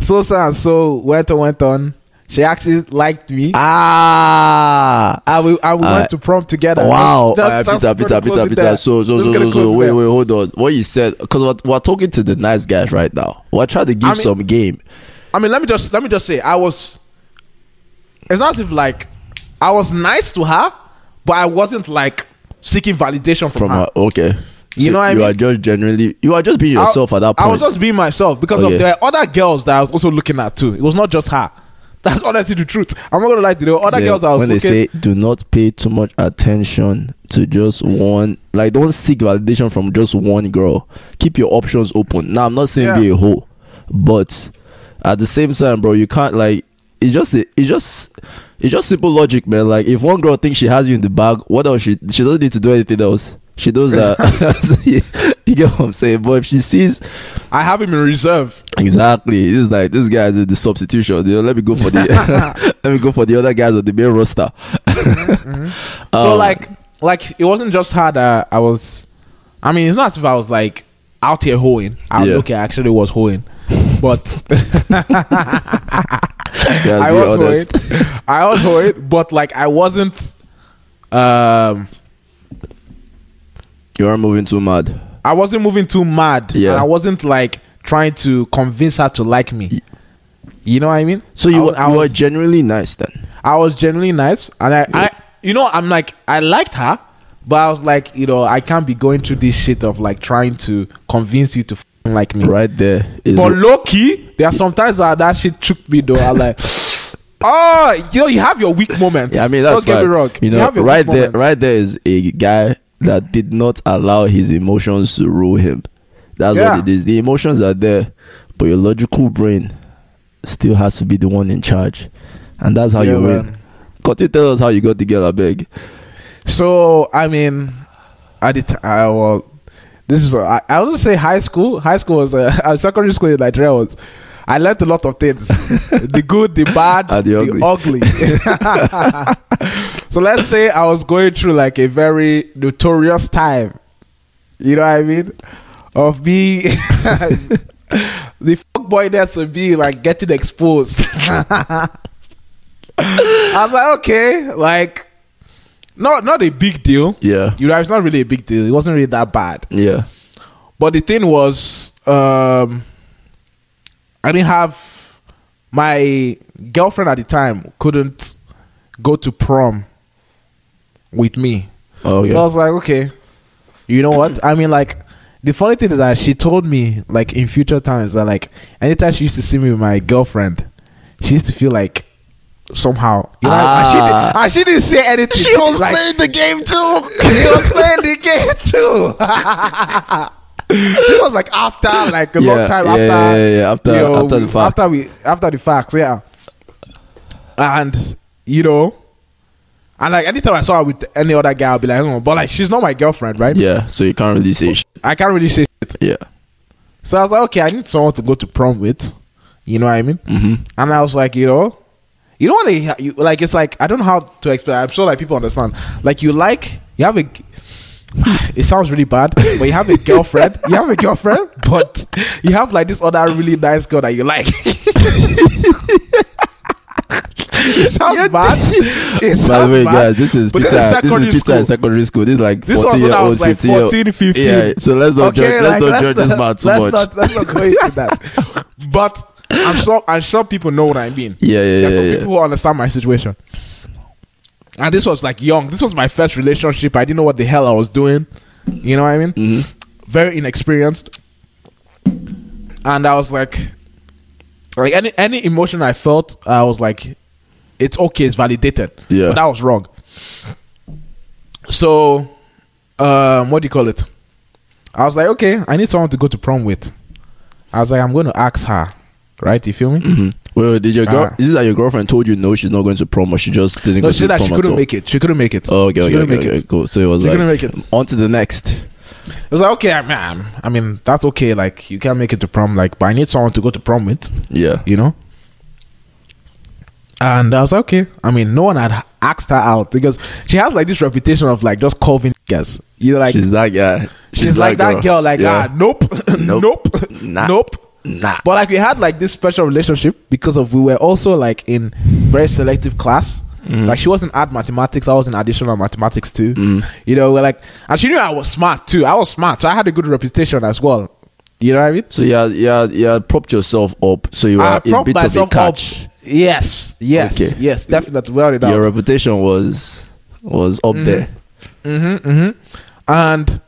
so so and so went on went on. She actually liked me.
Ah.
I will. I will
I-
went to prom together.
Wow.
That-
Uh,
that's
Peter,
gonna
Peter,
close
Peter,
it
Peter.
there.
So, so,
That's
so,
gonna
so,
close
so
it
wait,
there.
wait, hold on. What you said, because we're, we're talking to the nice guys right now. We're trying to give
I mean-
some game.
I mean, let me just let me just say, I was. It's not as if like I was nice to her, but I wasn't like seeking validation from,
from uh,
her.
her. Okay.
Ah. You
So
know what I
you
mean?
are just generally you are just being yourself
I,
at that point. Oh,
I was just being myself because
Okay.
of there were other girls that I was also looking at too. It was not just her. That's honestly the truth. I'm not gonna lie to you. There were other
Yeah,
girls I was
when
looking.
they say do not pay too much attention to just one like don't seek validation from just one girl. Keep your options open. Now I'm not saying be
Yeah.
a hoe, but at the same time, bro, you can't like it's just it's just it's just simple logic, man. Like if one girl thinks she has you in the bag, what else she she doesn't need to do anything else. She does that. you, you get what I'm saying? But if she sees
I have him in reserve.
Exactly. This is like this guy is the substitution. You know, let me go for the let me go for the other guys on the main roster.
Mm-hmm. so
Um,
like like it wasn't just her that I was I mean it's not as if I was like out here hoeing. I
Yeah.
okay, I actually was hoeing. But
yeah,
I
be
was
honest.
hoeing. I was hoeing, but like I wasn't um
You are moving too mad.
I wasn't moving too mad.
Yeah.
And I wasn't like trying to convince her to like me. You know what I mean?
So you
I
were,
was, I
you were
was,
genuinely nice then.
I was genuinely nice and I, I you know, I'm like I liked her, but I was like, you know, I can't be going through this shit of like trying to convince you to f- like me.
Right there. is-
But low key, there are sometimes that that shit shook me though. I'm like, oh, you know, you have your weak moments.
yeah, I mean that's
Don't get
fine.
me wrong.
You know,
have your
right
weak
there,
moments.
right there is a guy that did not allow his emotions to rule him. That's
Yeah.
what it is. The emotions are there, but your logical brain still has to be the one in charge, and that's how
Yeah,
you win.
man.
Continue tell us how you got the girl. I beg.
So I mean, I did. I well, this is. I, I would say high school. High school was uh, uh, secondary school in Nigeria was. I learned a lot of things, the good, the bad,
And the
ugly. so let's say I was going through like a very notorious time. You know what I mean? Of me, the fuckboy that's would be like getting exposed. I was like, okay, like, not not a big deal.
Yeah.
You know, it's not really a big deal. It wasn't really that bad.
Yeah.
But the thing was, um, I didn't have my girlfriend at the time couldn't go to prom with me.
Oh
So I was like, okay, you know what? I mean, like, the funny thing is that she told me, like, in future times, that, like, anytime she used to see me with my girlfriend, she used to feel like somehow. You know, and, she
Ah.
did, and she didn't say anything. She was like,
the game too.
she was playing the game too. this was like after, like a
Yeah,
long time
yeah,
after,
yeah, yeah, yeah. After-
you know,
after the fact.
after we, after the facts, yeah. And you know, and like anytime I saw her with any other guy, I'll be like, oh, but like she's not my girlfriend, right?
Yeah, so you can't really say shit.
I can't really say shit.
Yeah.
So I was like, okay, I need someone to go to prom with. You know what I mean?
Mm-hmm.
And I was like, you know, You don't want to you, like. It's like I don't know how to explain. I'm sure like people understand. Like you like you have a. It sounds really bad, but you have a girlfriend. you have a girlfriend, but you have like this other really nice girl that you like. it sounds bad. It sounds
By the way,
bad,
guys, this is
but
Peter.
is
This is,
secondary
Peter in
school.
secondary school. This is like
This was
fourteen
when
year
I
old,
was like
fifteen year old.
14, 15.
Yeah. So let's not judge. Let's
like,
not judge this
not-
man too
let's
much.
Not, let's not go into that. But I'm sure, I'm sure people know what I mean.
Yeah, yeah,
There's
yeah,
some
yeah.
people who understand my situation. And this was like young. This was my first relationship. I didn't know what the hell I was doing. You know what I mean?
Mhm.
Very inexperienced. And I was like, like any any emotion I felt, I was like, it's okay, it's validated.
Yeah.
But that was wrong. So, um, what do you call it? I was like, okay, I need someone to go to prom with. I was like, I'm going to ask her, right? You feel me?
Mhm. Wait, wait, did your girl?
Ah.
Is it that your girlfriend told you no? She's not going to prom, or she just didn't
No,
go to
she said that
prom
she
at
couldn't
all?
make it. She couldn't make it.
Oh, okay,
She
okay,
couldn't
okay,
make
okay,
it.
cool. So it was
She
like
couldn't make it.
on to the next.
I was like, okay, I mean, I mean, that's okay. Like, you can't make it to prom, like, but I need someone to go to prom with.
Yeah,
you know. And I was like, okay. I mean, no one had asked her out because she has like this reputation of like just calling guys. You're like, she's,
she's that guy. She's,
like that girl, like ah, nope, nope, nope,
Nah. Nah.
But like we had like this special relationship because of we were also like in very selective class. Like she wasn't at mathematics, I was in additional mathematics too. You know, we're like, and she knew I was smart too. I was smart, so I had a good reputation as well. You know what I mean?
So yeah, yeah, yeah. Propped yourself up, so you
I
are a
propped
bit of a
myself up.
catch.
Yes, yes,
Okay.
yes, definitely. Well, it
Your
out.
reputation was was
Mm-hmm.
up there.
hmm And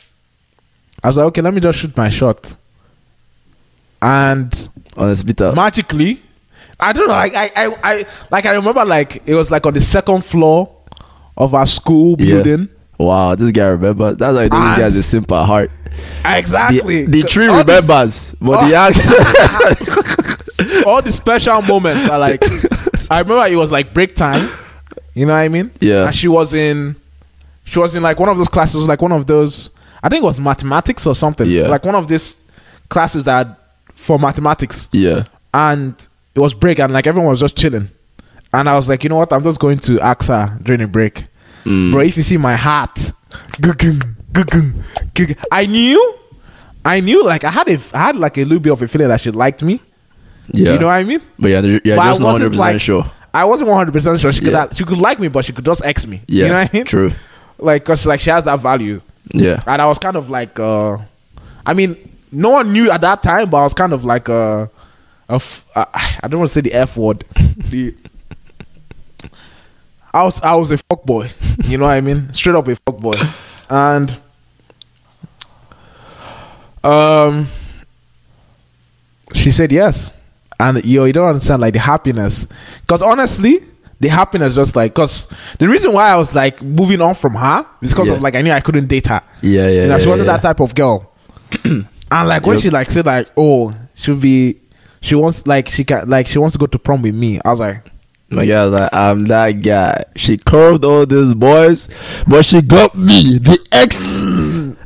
I was like, okay, let me just shoot my shot. And
Honest, Peter.
magically, I don't know, like I, I, I, like I remember, like it was like on the second floor of our school
Yeah.
building.
Wow, this guy remember. That's how you know this
And-
guy's a simple at heart.
Ah. Exactly.
The, the tree
All Oh. the-
remembers, but the axe.
all the special moments are like I remember it was like break time. You know what I mean?
Yeah.
And she was in she was in like one of those classes, like one of those I think it was mathematics or something.
Yeah.
Like one of these classes that for mathematics.
yeah,
And it was break and like everyone was just chilling. And I was like, you know what? I'm just going to ask her during the break.
Mm.
Bro, if you see my heart, gugun, gugun, gugun. I knew, I knew. Like I had a, I had like a little bit of a feeling that she liked me.
yeah.
You know what I mean?
but yeah, you're, you're
But I
just not
wasn't,
hundred percent
like-
sure.
I wasn't one hundred percent sure she could
Yeah.
she could like me, but she could just X me.
Yeah,
you know what I mean?
true.
Like, cause like she has that value,
Yeah,
and I was kind of like, uh, I mean, no one knew at that time, but I was kind of like, uh, a f- uh, I don't want to say the f word. the I was I was a fuck boy. You know what I mean? Straight up a fuck boy, and um, she said yes, and yo, you don't understand like the happiness, because honestly. The happiness just like because the reason why I was like moving on from her is because
Yeah.
of like I knew I couldn't date her.
yeah, yeah.
You know,
yeah,
she wasn't
yeah.
that type of girl. and like when
Yep.
she like said like, oh, she'll be, she wants like she can like she wants to go to prom with me. I was like,
My guy was like, I'm that guy. She curved all these boys, but she got me, the ex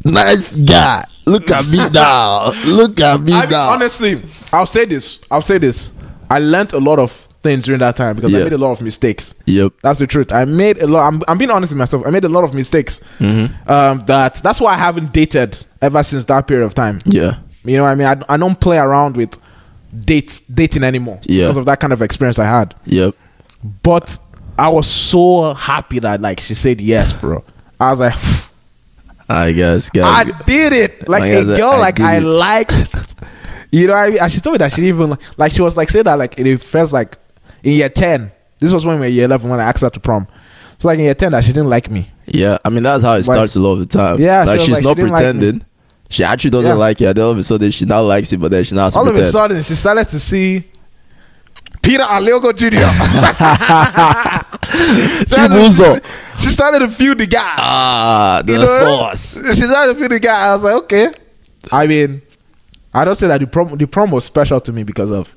nice guy. Look at me now. Look at me
I mean,
now.
honestly, I'll say this. I'll say this. I learned a lot of things during that time because I
Yeah.
made a lot of mistakes.
Yep.
That's the truth. I made a lot. I'm, I'm being honest with myself. I made a lot of mistakes.
Mm-hmm.
Um, that that's why I haven't dated ever since that period of time.
Yeah.
You know, what I mean, I, I don't play around with dates dating anymore
Yeah.
because of that kind of experience I had.
Yep.
But I was so happy that like she said yes, bro. I was like,
I guess, guys.
I did it. Like
Like,
a
as a-
girl,
I
like
did
I
it.
like. You know, what I mean, and she told me that she didn't even like, like. She was like saying that like in the first like in year ten. This was when we were year eleven when I asked her to prom. So like in year ten that she didn't like me.
yeah. I mean, that's how it
Like-
starts a lot of the time.
Yeah, she
Like,
was
she's
like,
not
she didn't like me.
pretending. she actually doesn't
Yeah.
like it. And then all of a sudden, she now likes it, but then she now has to
All of a
pretend.
sudden she started to see Peter Alego Jr. she, started to-
Chibuzo.
she started to feel the guy.
Ah, the
You know,
sauce.
She's not a the guy. I was like, okay. I mean, I don't say that the prom the prom was special to me because of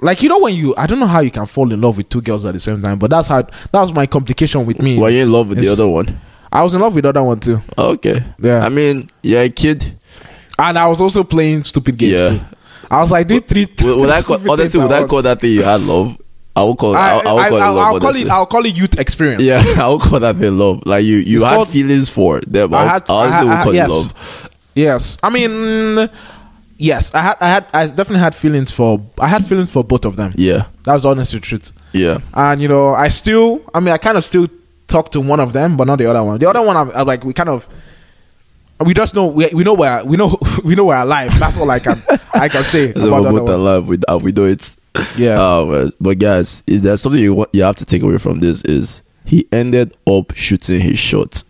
like you know when you I don't know how you can fall in love with two girls at the same time, but that's how that was my complication with me.
Were you in love with the
It's-
other one?
I was in love with the other one too,
Okay.
Yeah.
I mean, yeah, kid.
and I was also playing stupid games
Yeah.
too. I was like, do three.
Would, would I call,
stupid
honestly,
things
would
at
I call
once.
that thing you had love? I will call.
I,
I, I will call it love.
will call
honestly.
it. I'll call it youth experience.
yeah, I will call that thing love. Like you, you
It's
had
called-
feelings for them.
I
I,
had-
I honestly
I-
will
I-
call
yes.
it love.
Yes. I mean, yes. I had. I had. I definitely had feelings for. I had feelings for both of them.
Yeah,
That's the honest truth.
yeah.
And you know, I still. I mean, I kind of still talk to one of them, but not the other one. The other one, I'm, I'm like, we kind of. We just know we, we know where we know we know we're alive. That's all I can I can say
So
about the
we're
other
both
one.
alive with uh, we do it.
Yes.
Uh, but- but guys, if there's something you want, you have to take away from this is he ended up shooting his shot,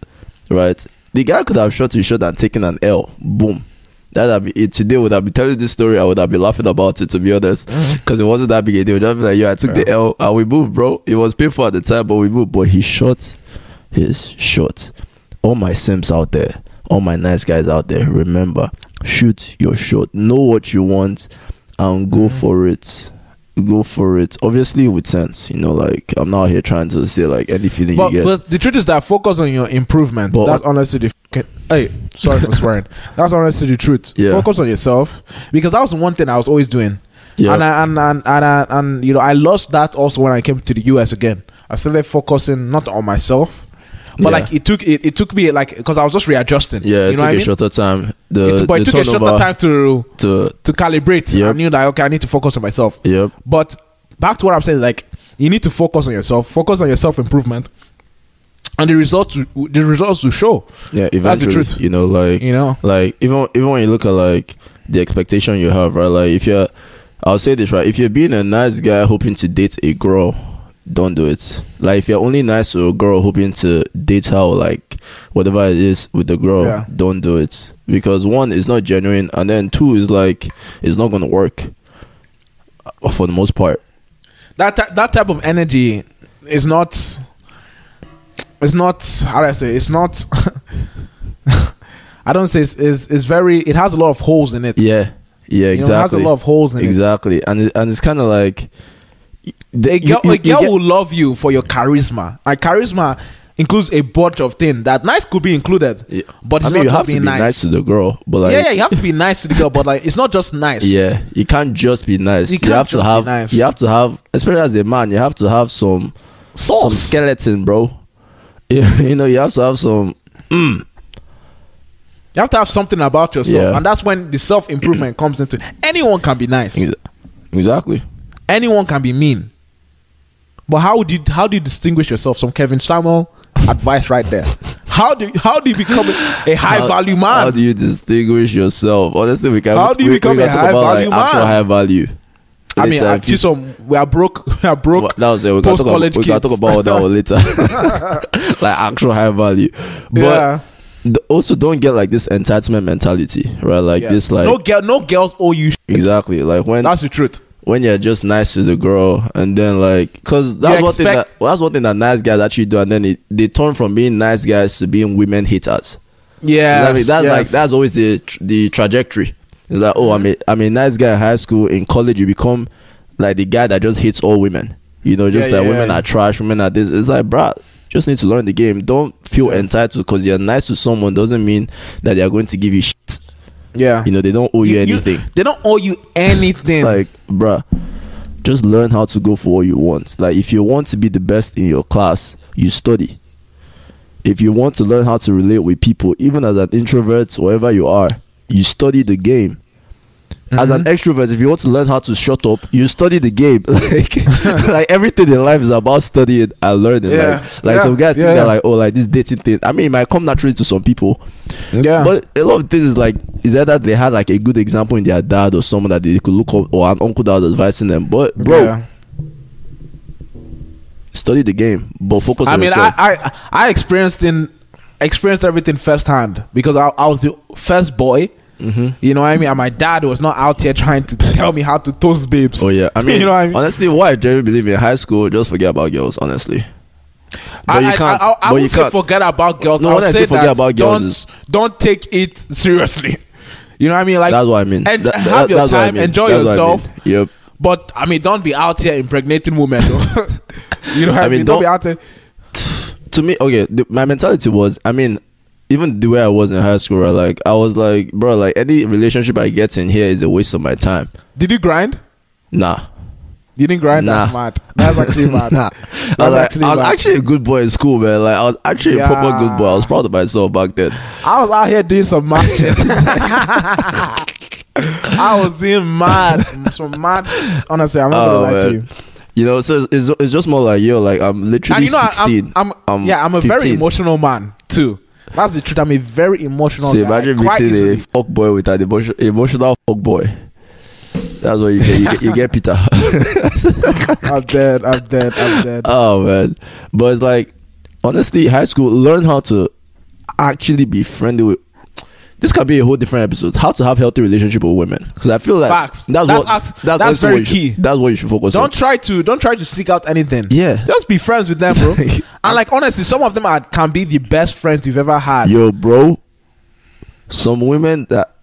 right? The guy could have shot his shot and taken an L. Boom. That would have been it. Today would have been telling this story. I would have been laughing about it to be honest,
Mm-hmm.
because it wasn't that big a deal. Just be like, yo, I took the L and we moved, bro. It was painful at the time, but we moved. But he shot his shot. All my sims out there, all my nice guys out there, remember, shoot your shot. Know what you want and go
Mm.
for it. Go for it. Obviously with sense, you know, like I'm not here trying to say like any feeling
But,
you get.
but the truth is that focus on your improvement.
But-
That's honestly the. fucking- Hey, sorry for swearing. That's honestly the truth.
Yeah.
Focus on yourself because that was one thing I was always doing.
Yeah.
And, I, and and and I, and you know I lost that also when I came to the US again. I started focusing not on myself, but
Yeah.
like it took it, it took me like because I was just readjusting.
yeah, it
you
took
know what
a
I mean.
shorter time.
it
The,
took, but it
the
took a
turnover
shorter time to
to
to calibrate. I
Yep.
knew that okay, I need to focus on myself.
Yep.
But back to what I'm saying, like you need to focus on yourself, focus on your self improvement, and the results w- the results will show.
Yeah, eventually.
That's the truth.
You know, like
You know,
like even even when you look at like the expectation you have right like if you're i'll say this right if you're being a nice guy hoping to date a girl don't do it like if you're only nice to a girl hoping to date her or, like whatever it is with the girl
Yeah.
don't do it because one is not genuine and then two is like it's not gonna work uh, for the most part
that ty- that type of energy is not. It's not. How do I say? It's not. I don't say it's, it's, it's very. It has a lot of holes in it.
yeah yeah
You know, it has a
exactly
lot of holes in it.
exactly and it, and it's kind of like
A
they
girl, a girl will love you for your charisma. And charisma includes a bunch of things that nice could be included,
Yeah.
but
I
it's
mean,
not
you
just
have to
being
be nice.
nice.
to the girl, but like,
yeah, yeah, you have to be nice to the girl, but like it's not just nice.
Yeah, you can't just be nice.
You
You,
can't
have to
just be
have.
nice.
You have to have, especially as a man, you have to have some some
sauce.
skeleton, bro. You, you know, you have to have some.
you have to have something about yourself,
Yeah.
and that's when the self improvement comes into. Anyone can be nice.
Exactly.
Anyone can be mean. But how did how do you distinguish yourself? Some Kevin Samuel advice right there. How do how do you become a high
How-
value
How
man?
do you distinguish yourself? Honestly, we can.
How do you
we,
become
we can
a
talk about,
high-value
like, actual
man?
high value.
I mean,
Later,
I
if you-
some we are broke. We are broke.
Well, that was it. We can talk
post-college
about, we can
kids.
talk about that one later, like actual high value. But
Yeah.
th- also, don't get like this entitlement mentality, right? Like
Yeah.
this, like
no girl, no girls owe you. Shit.
exactly, like when
That's the truth.
when you're just nice to the girl and then like because that's
You
one thing
expect-
that well, that's one thing that nice guys actually do and then it, they turn from being nice guys to being women haters
Yeah,
that's, that's like that's always the tr- the trajectory it's like oh i'm a, I'm a nice guy in high school in college you become like the guy that just hates all women you know just
Yeah,
like
yeah,
women
yeah.
are trash women are this it's like bruh just need to learn the game don't feel entitled because you're nice to someone doesn't mean that they're going to give you shit
yeah.
you know they don't owe you anything
they don't owe you
it's
anything.
like, bruh, just learn how to go for what you want. Like, if you want to be the best in your class, you study. If you want to learn how to relate with people, even as an introvert, wherever you are, you study the game. As an
Mm-hmm.
extrovert, if you want to learn how to shut up, you study the game. Like, like everything in life is about studying and learning.
Yeah.
Like, like
Yeah.
some guys
Yeah,
think
yeah.
they're like, oh, like this dating thing. I mean, it might come naturally to some people,
yeah,
but a lot of things is like is that that they had like a good example in their dad or someone that they could look up or an uncle that was advising them. But bro,
Yeah.
study the game, but focus
I
on
mean, I,
yourself.
I I experienced in experienced everything firsthand because I, I was the first boy.
Mm-hmm.
You know what I mean? And my dad was not out here trying to tell me how to toast babes.
oh yeah, I mean,
you know what I mean?
honestly, why Jerry believe in high school? Just forget about girls, honestly. But
I,
you
I-
can't.
I, I, I
but
would
you
say
can't.
forget about girls.
No,
I would
when I
say,
say forget
that
about girls is-
don't, don't take it seriously. You know what I mean? Like
that's what I mean.
And
That-
have
that-
your
that's what I
time,
mean.
enjoy
That's what I
yourself.
mean. Yep.
But I mean, don't be out here impregnating women. though. you know what I,
I
mean?
mean,
Don't,
don't-
be out there.
to me, okay, the, my mentality was, I mean, even the way I was in high school, right, like I was like, bro, like any relationship I get in here is a waste of my time.
Did you grind?
Nah.
You didn't grind. That's
Nah.
mad. That's actually mad.
Nah.
That's
I was, like, I was
mad.
actually a good boy in school, man. Like I was actually a proper
Yeah.
good boy. I was proud of myself back then.
I was out here doing some mad shit. I was doing mad, some mad. Honestly, I'm not
Oh,
gonna lie to
man.
you.
You know, so it's, it's just more like yo, like I'm literally
And you know, I-
sixteen.
I'm, I'm,
I'm
yeah, I'm a very
15.
emotional man too. That's the truth. I'm a very emotional.
so
guy,
imagine
quite
meeting
easily.
a fuck boy with an emotion, emotional fuck boy. That's what you get. You get, you get Peter.
I'm dead. I'm dead. I'm dead.
oh man, but it's like honestly, high school learn how to actually be friendly with. This can be a whole different episode. How to have healthy relationship with women? Because I feel like
Facts.
that's
That's
what
us-
that's,
that's
honestly
very
what you should-
key.
that's what you should focus
don't try to don't try to seek out anything.
Yeah.
just be friends with them, bro. and like honestly, some of them are, can be the best friends you've ever had.
on. Yo, bro, some women that,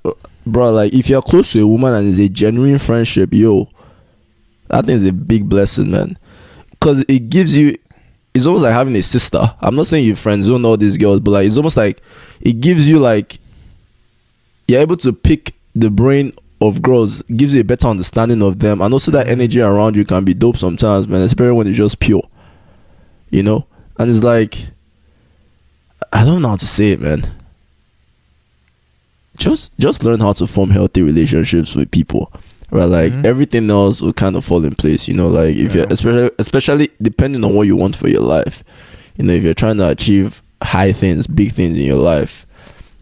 bro, like if you're close to a woman and it's a genuine friendship, yo, that thing is a big blessing, man. Because it gives you, it's almost like having a sister. I'm not saying you friend zone all these girls, but like it's almost like it gives you like you're able to pick the brain of girls, gives you a better understanding of them, and also that energy around you can be dope sometimes, man. Especially when it's just pure, you know. And it's like I don't know how to say it, man. Just just learn how to form healthy relationships with people. Right, like
Mhm.
everything else will kind of fall in place, you know. Like if
Yeah.
you're especially especially depending on what you want for your life, you know, if you're trying to achieve high things, big things in your life,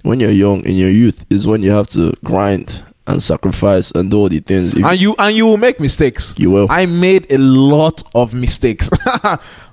when you're young in your youth is when you have to grind and sacrifice and do all the things. If
and you and you will make mistakes.
you will.
I made a lot of mistakes.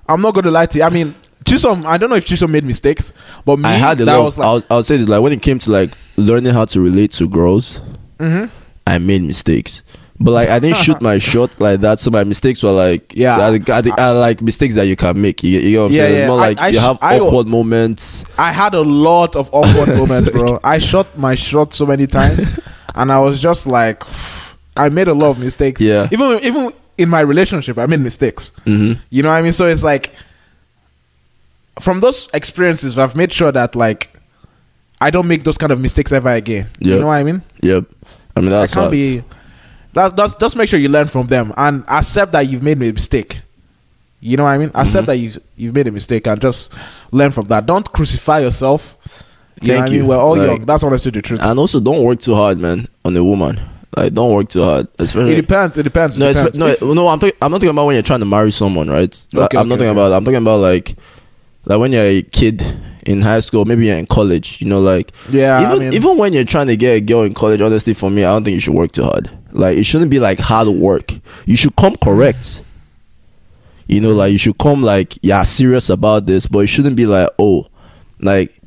I'm not gonna lie to you. I mean, Chisholm. I don't know if Chisholm made mistakes, but me,
I had a
that
lot.
was like,
I'll, I'll say this: like when it came to like learning how to relate to girls,
Mhm.
I made mistakes. But like I didn't shoot my shot like that, so my mistakes were like
Yeah.
I, like mistakes that you can make. You, you know what I'm
Yeah,
saying? It's
yeah.
more
I-
like
I
you
sh-
have
I-
awkward moments.
I had a lot of awkward moments, bro. I shot my shot so many times, and I was just like, I made a lot of mistakes.
Yeah.
Even even in my relationship, I made mistakes.
Mm-hmm.
You know what I mean? So it's like from those experiences, I've made sure that like I don't make those kind of mistakes ever again.
Yeah.
You know what I mean?
Yep. I mean that's
I can't
facts.
be. That, that's just make sure you learn from them and accept that you've made a mistake. You know what I
Mm-hmm.
mean? Accept that you've you've made a mistake and just learn from that. Don't crucify yourself. You know
Thank
what I
you.
mean? We're all
Like-
young. That's honestly the truth.
And also, don't work too hard, man, on a woman. Like, don't work too hard,
It
especially.
depends. It depends. It
no,
depends.
it's, no,
If-
no. I'm talking. I'm not talking about when you're trying to marry someone, right? Like,
Okay,
I'm not
okay,
talking
okay.
about. I'm talking about like, like when you're a kid in high school, maybe you're in college. You know, like
yeah. I
even
mean,
even when you're trying to get a girl in college, honestly, for me, I don't think you should work too hard. Like it shouldn't be like hard work. You should come correct. You know, like you should come like yeah, serious about this, but it shouldn't be like oh, like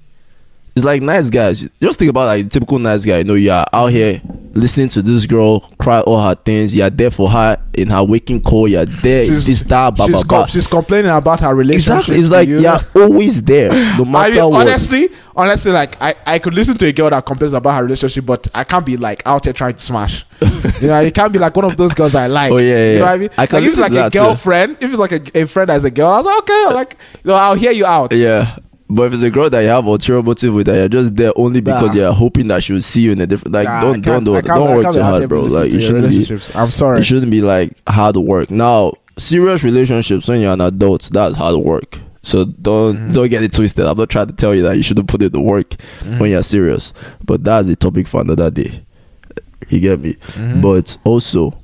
it's like nice guys. Just think about like typical nice guy. You know, you're out here listening to this girl cry all her things. You're there for her in her waking call. You're there.
she's,
it's that. Blah,
she's,
blah, blah.
com- she's complaining about her relationship.
Exactly. It's
to
like
you.
you're always there, no
I
matter
mean,
what.
honestly, honestly, like I, I could listen to a girl that complains about her relationship, but I can't be like out there trying to smash. you know, it can't be like one of those girls that I like.
Oh, yeah, yeah,
You know
yeah.
what I mean?
I can
like, if it's
listen
like
to
a
that too.
girlfriend, if it's like a, a friend that's a girl, I was like, okay, I'm like you know, I'll hear you out.
Yeah. But if it's a girl that you have ulterior motive with, that you're just there only because
Nah.
you're hoping that she'll see you in a different. Like,
Nah, I
don't, don't,
can't- I
don't,
can't- I
don't work
can't
too
be out
hard,
there
bro.
listening
Like,
to
it
your
shouldn't be.
relationships. I'm sorry.
It shouldn't be like hard work. Now, serious relationships when you're an adult, that's hard work. So don't don't get it twisted. I'm not trying to tell you that you shouldn't put in the work when you're serious. But that's a topic for another day. You get me? But also,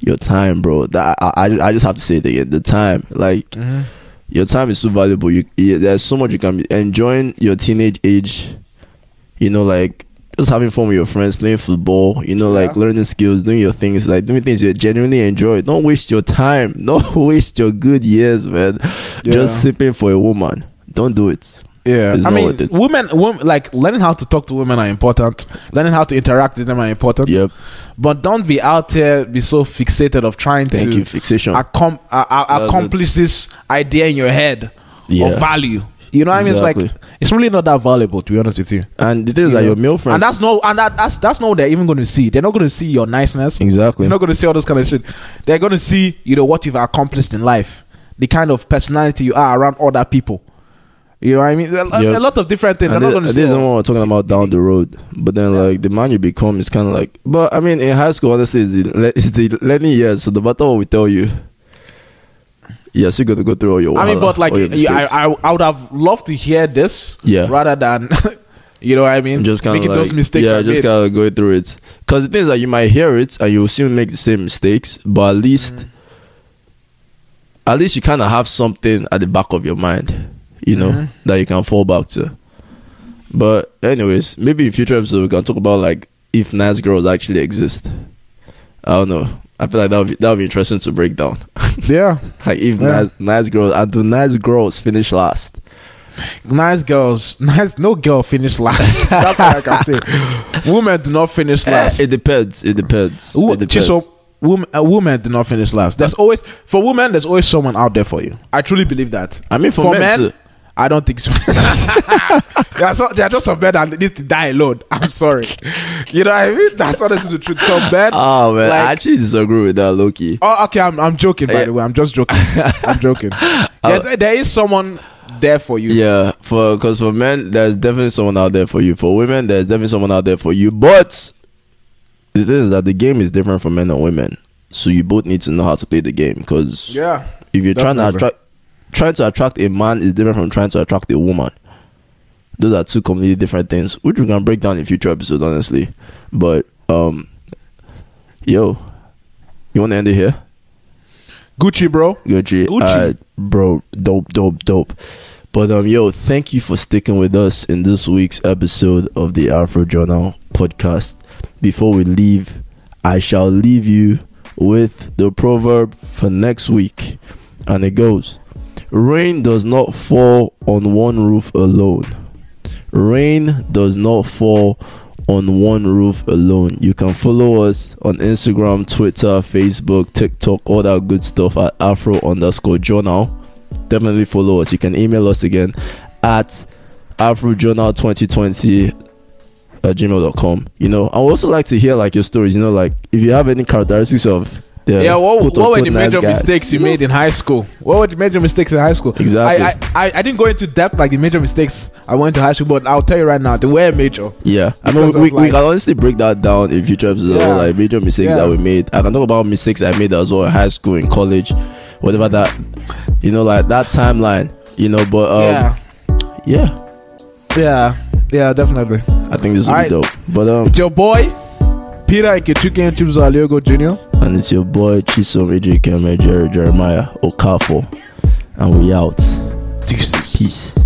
your time, bro. That I, I I just have to say it again. The time,
Mm.
like
Mm-hmm.
your time is so valuable. You, you there's so much you can be enjoying your teenage age. You know, like just having fun with your friends, playing football. You know, like
Yeah.
learning skills, doing your things, like doing things you genuinely enjoy. Don't waste your time. Don't waste your good years, man.
Yeah.
Just sipping for a woman. Don't do it.
Yeah,
It's
I
not
mean,
worth it.
women, women, like learning how to talk to women are important. Learning how to interact with them are important.
Yep.
But don't be out there be so fixated of trying
Thank
to
you. Fixation.
accom- uh,
That's
uh,
it.
accomplish this idea in your head
Yeah.
of value. You know what I mean? It's
Exactly.
like it's really not that valuable to be honest with you.
and the thing is
You
that
know?
your male friends.
and that's no, and that, that's that's not what they're even going to see. They're not going to see your niceness.
exactly.
They're not going to see all this kind of shit. They're going to see you know what you've accomplished in life, the kind of personality you are around other people. You know what I mean? A, a-
Yeah.
a lot of different things.
And
I'm
thi-
not going to
this
say. oh,
is
all.
what we're talking about down the road. But then, like the man you become is kind of like. But I mean, in high school, honestly, is the le- is the learning years. So the matter what we tell you, yes, you got to go through all your.
I mean,
wahala,
but like,
all your
yeah,
mistakes.
I, I, I would have loved to hear this
Yeah.
rather than, you know what I mean?
just kind of
Making
like,
those mistakes.
Yeah,
I
just
made.
kind of go through it. Because the thing is that you might hear it and you'll still make the same mistakes, but at least,
Mm.
at least you kind of have something at the back of your mind, you know,
Mhm.
that you can fall back to. But anyways, maybe in future episodes we can talk about like if nice girls actually exist. I don't know. I feel like that would be, that would be interesting to break down.
yeah.
like if
Yeah.
nice nice girls and do nice girls finish last?
Nice girls. Nice. No girl finish last. That's what I can say. Women do not finish last.
Eh, it depends. It depends.
Wo-
it depends.
Chiso, women, uh, women do not finish last. There's always for women. There's always someone out there for you. I truly believe that.
I mean, for, men, too.
I don't think so. they, are so. they are just some men that need to die alone. I'm sorry. You know what I mean? That's honestly the truth. Some men.
Oh man,
Like-
I actually disagree with that, Loki.
oh, okay. I'm, I'm joking. By
Yeah. Uh,
the way, I'm just joking. I'm joking. There's- there is someone there for you.
Yeah, for because for men, there's definitely someone out there for you. For women, there's definitely someone out there for you. But the thing is that the game is different for men and women, so you both need to know how to play the game. Because
Yeah.
if you're trying to
definitely.
attract, trying to attract a man is different from trying to attract a woman. Those are two completely different things, which we can break down in future episodes, honestly. But um, yo, you want to end it here?
Gucci, bro.
Gucci. Uh,
Gucci.
bro, dope, dope, dope. But um, yo, thank you for sticking with us in this week's episode of the Afro Journal podcast. Before we leave, I shall leave you with the proverb for next week, and it goes: Rain does not fall on one roof alone. Rain does not fall on one roof alone. You can follow us on Instagram, Twitter, Facebook, TikTok, all that good stuff at afro underscore journal. Definitely follow us. You can email us again at afrojournal2020 at gmail.com. You know, I would also like to hear like your stories, you know, like if you have any characteristics of the
Yeah, what,
quote,
what were
unquote
the
nice
major
guys.
mistakes you made in high school? What were the major mistakes in high school?
Exactly.
I, I, I, I didn't go into depth like the major mistakes I went to high school, but I'll tell you right now, they were major.
Yeah, I mean,
Because
we,
of,
we
like-
can honestly break that down in future episodes.
Yeah.
uh, Like major mistakes
Yeah.
that we made. I can talk about mistakes I made as well in high school, in college, whatever that. You know, like that timeline. You know, but um,
yeah.
yeah,
Yeah. Yeah, definitely.
I think this will be
Alright.
dope. But um,
It's your boy, Peter Iketuke and Chips Aliogo Jr.
and it's your boy Chisom AJ Kemmer, Jerry Jeremiah Okafor, and we out.
Deuces.
Peace.